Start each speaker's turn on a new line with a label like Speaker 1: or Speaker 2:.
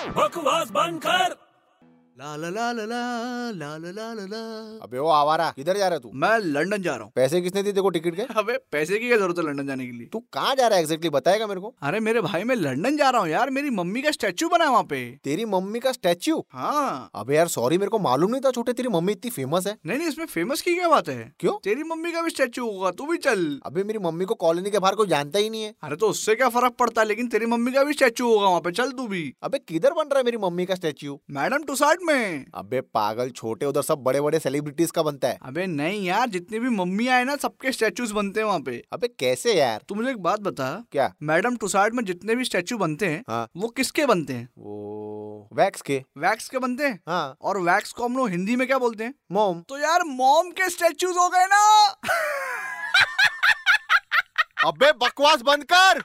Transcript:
Speaker 1: आवाज बंद कर
Speaker 2: ला ला ला ला ला ला ला ला ला ला
Speaker 3: अबे ओ आवारा किधर जा रहा है तू
Speaker 2: मैं लंदन जा रहा हूँ
Speaker 3: पैसे किसने दिए देखो टिकट के
Speaker 2: अबे पैसे की क्या जरूरत है लंदन जाने के लिए
Speaker 3: तू कहाँ जा रहा है एग्जैक्टली बताएगा मेरे को
Speaker 2: अरे मेरे भाई मैं लंदन जा रहा हूँ यार मेरी मम्मी का स्टैचू बना है वहाँ पे
Speaker 3: तेरी मम्मी का स्टैच्यू
Speaker 2: हाँ
Speaker 3: अबे यार सॉरी मेरे को मालूम नहीं था छोटे तेरी मम्मी इतनी फेमस है
Speaker 2: नहीं नहीं इसमें फेमस की क्या बात है
Speaker 3: क्यों?
Speaker 2: तेरी मम्मी का भी स्टैचू होगा तू भी चल
Speaker 3: अबे मेरी मम्मी को कॉलोनी के बाहर कोई जानता ही नहीं है
Speaker 2: अरे तो उससे क्या फर्क पड़ता है लेकिन तेरी मम्मी का भी स्टैचू होगा वहाँ पे चल तू भी
Speaker 3: अबे किधर बन रहा है मेरी मम्मी का स्टैच्यू
Speaker 2: मैडम टुसाट में
Speaker 3: अबे पागल छोटे उधर सब बड़े बड़े सेलिब्रिटीज का बनता है
Speaker 2: अबे नहीं यार जितनी भी मम्मी आए ना सबके स्टैचूज बनते हैं वहाँ पे
Speaker 3: अबे कैसे यार
Speaker 2: तू मुझे एक बात बता
Speaker 3: क्या
Speaker 2: मैडम टुसाट में जितने भी स्टैचू बनते हैं
Speaker 3: हाँ।
Speaker 2: वो किसके बनते हैं
Speaker 3: वो वैक्स के
Speaker 2: वैक्स के बनते हैं
Speaker 3: हाँ
Speaker 2: और वैक्स को हम लोग हिंदी में क्या बोलते हैं
Speaker 3: मोम
Speaker 2: तो यार मॉम के स्टैचूज हो गए ना
Speaker 3: अबे बकवास बंद कर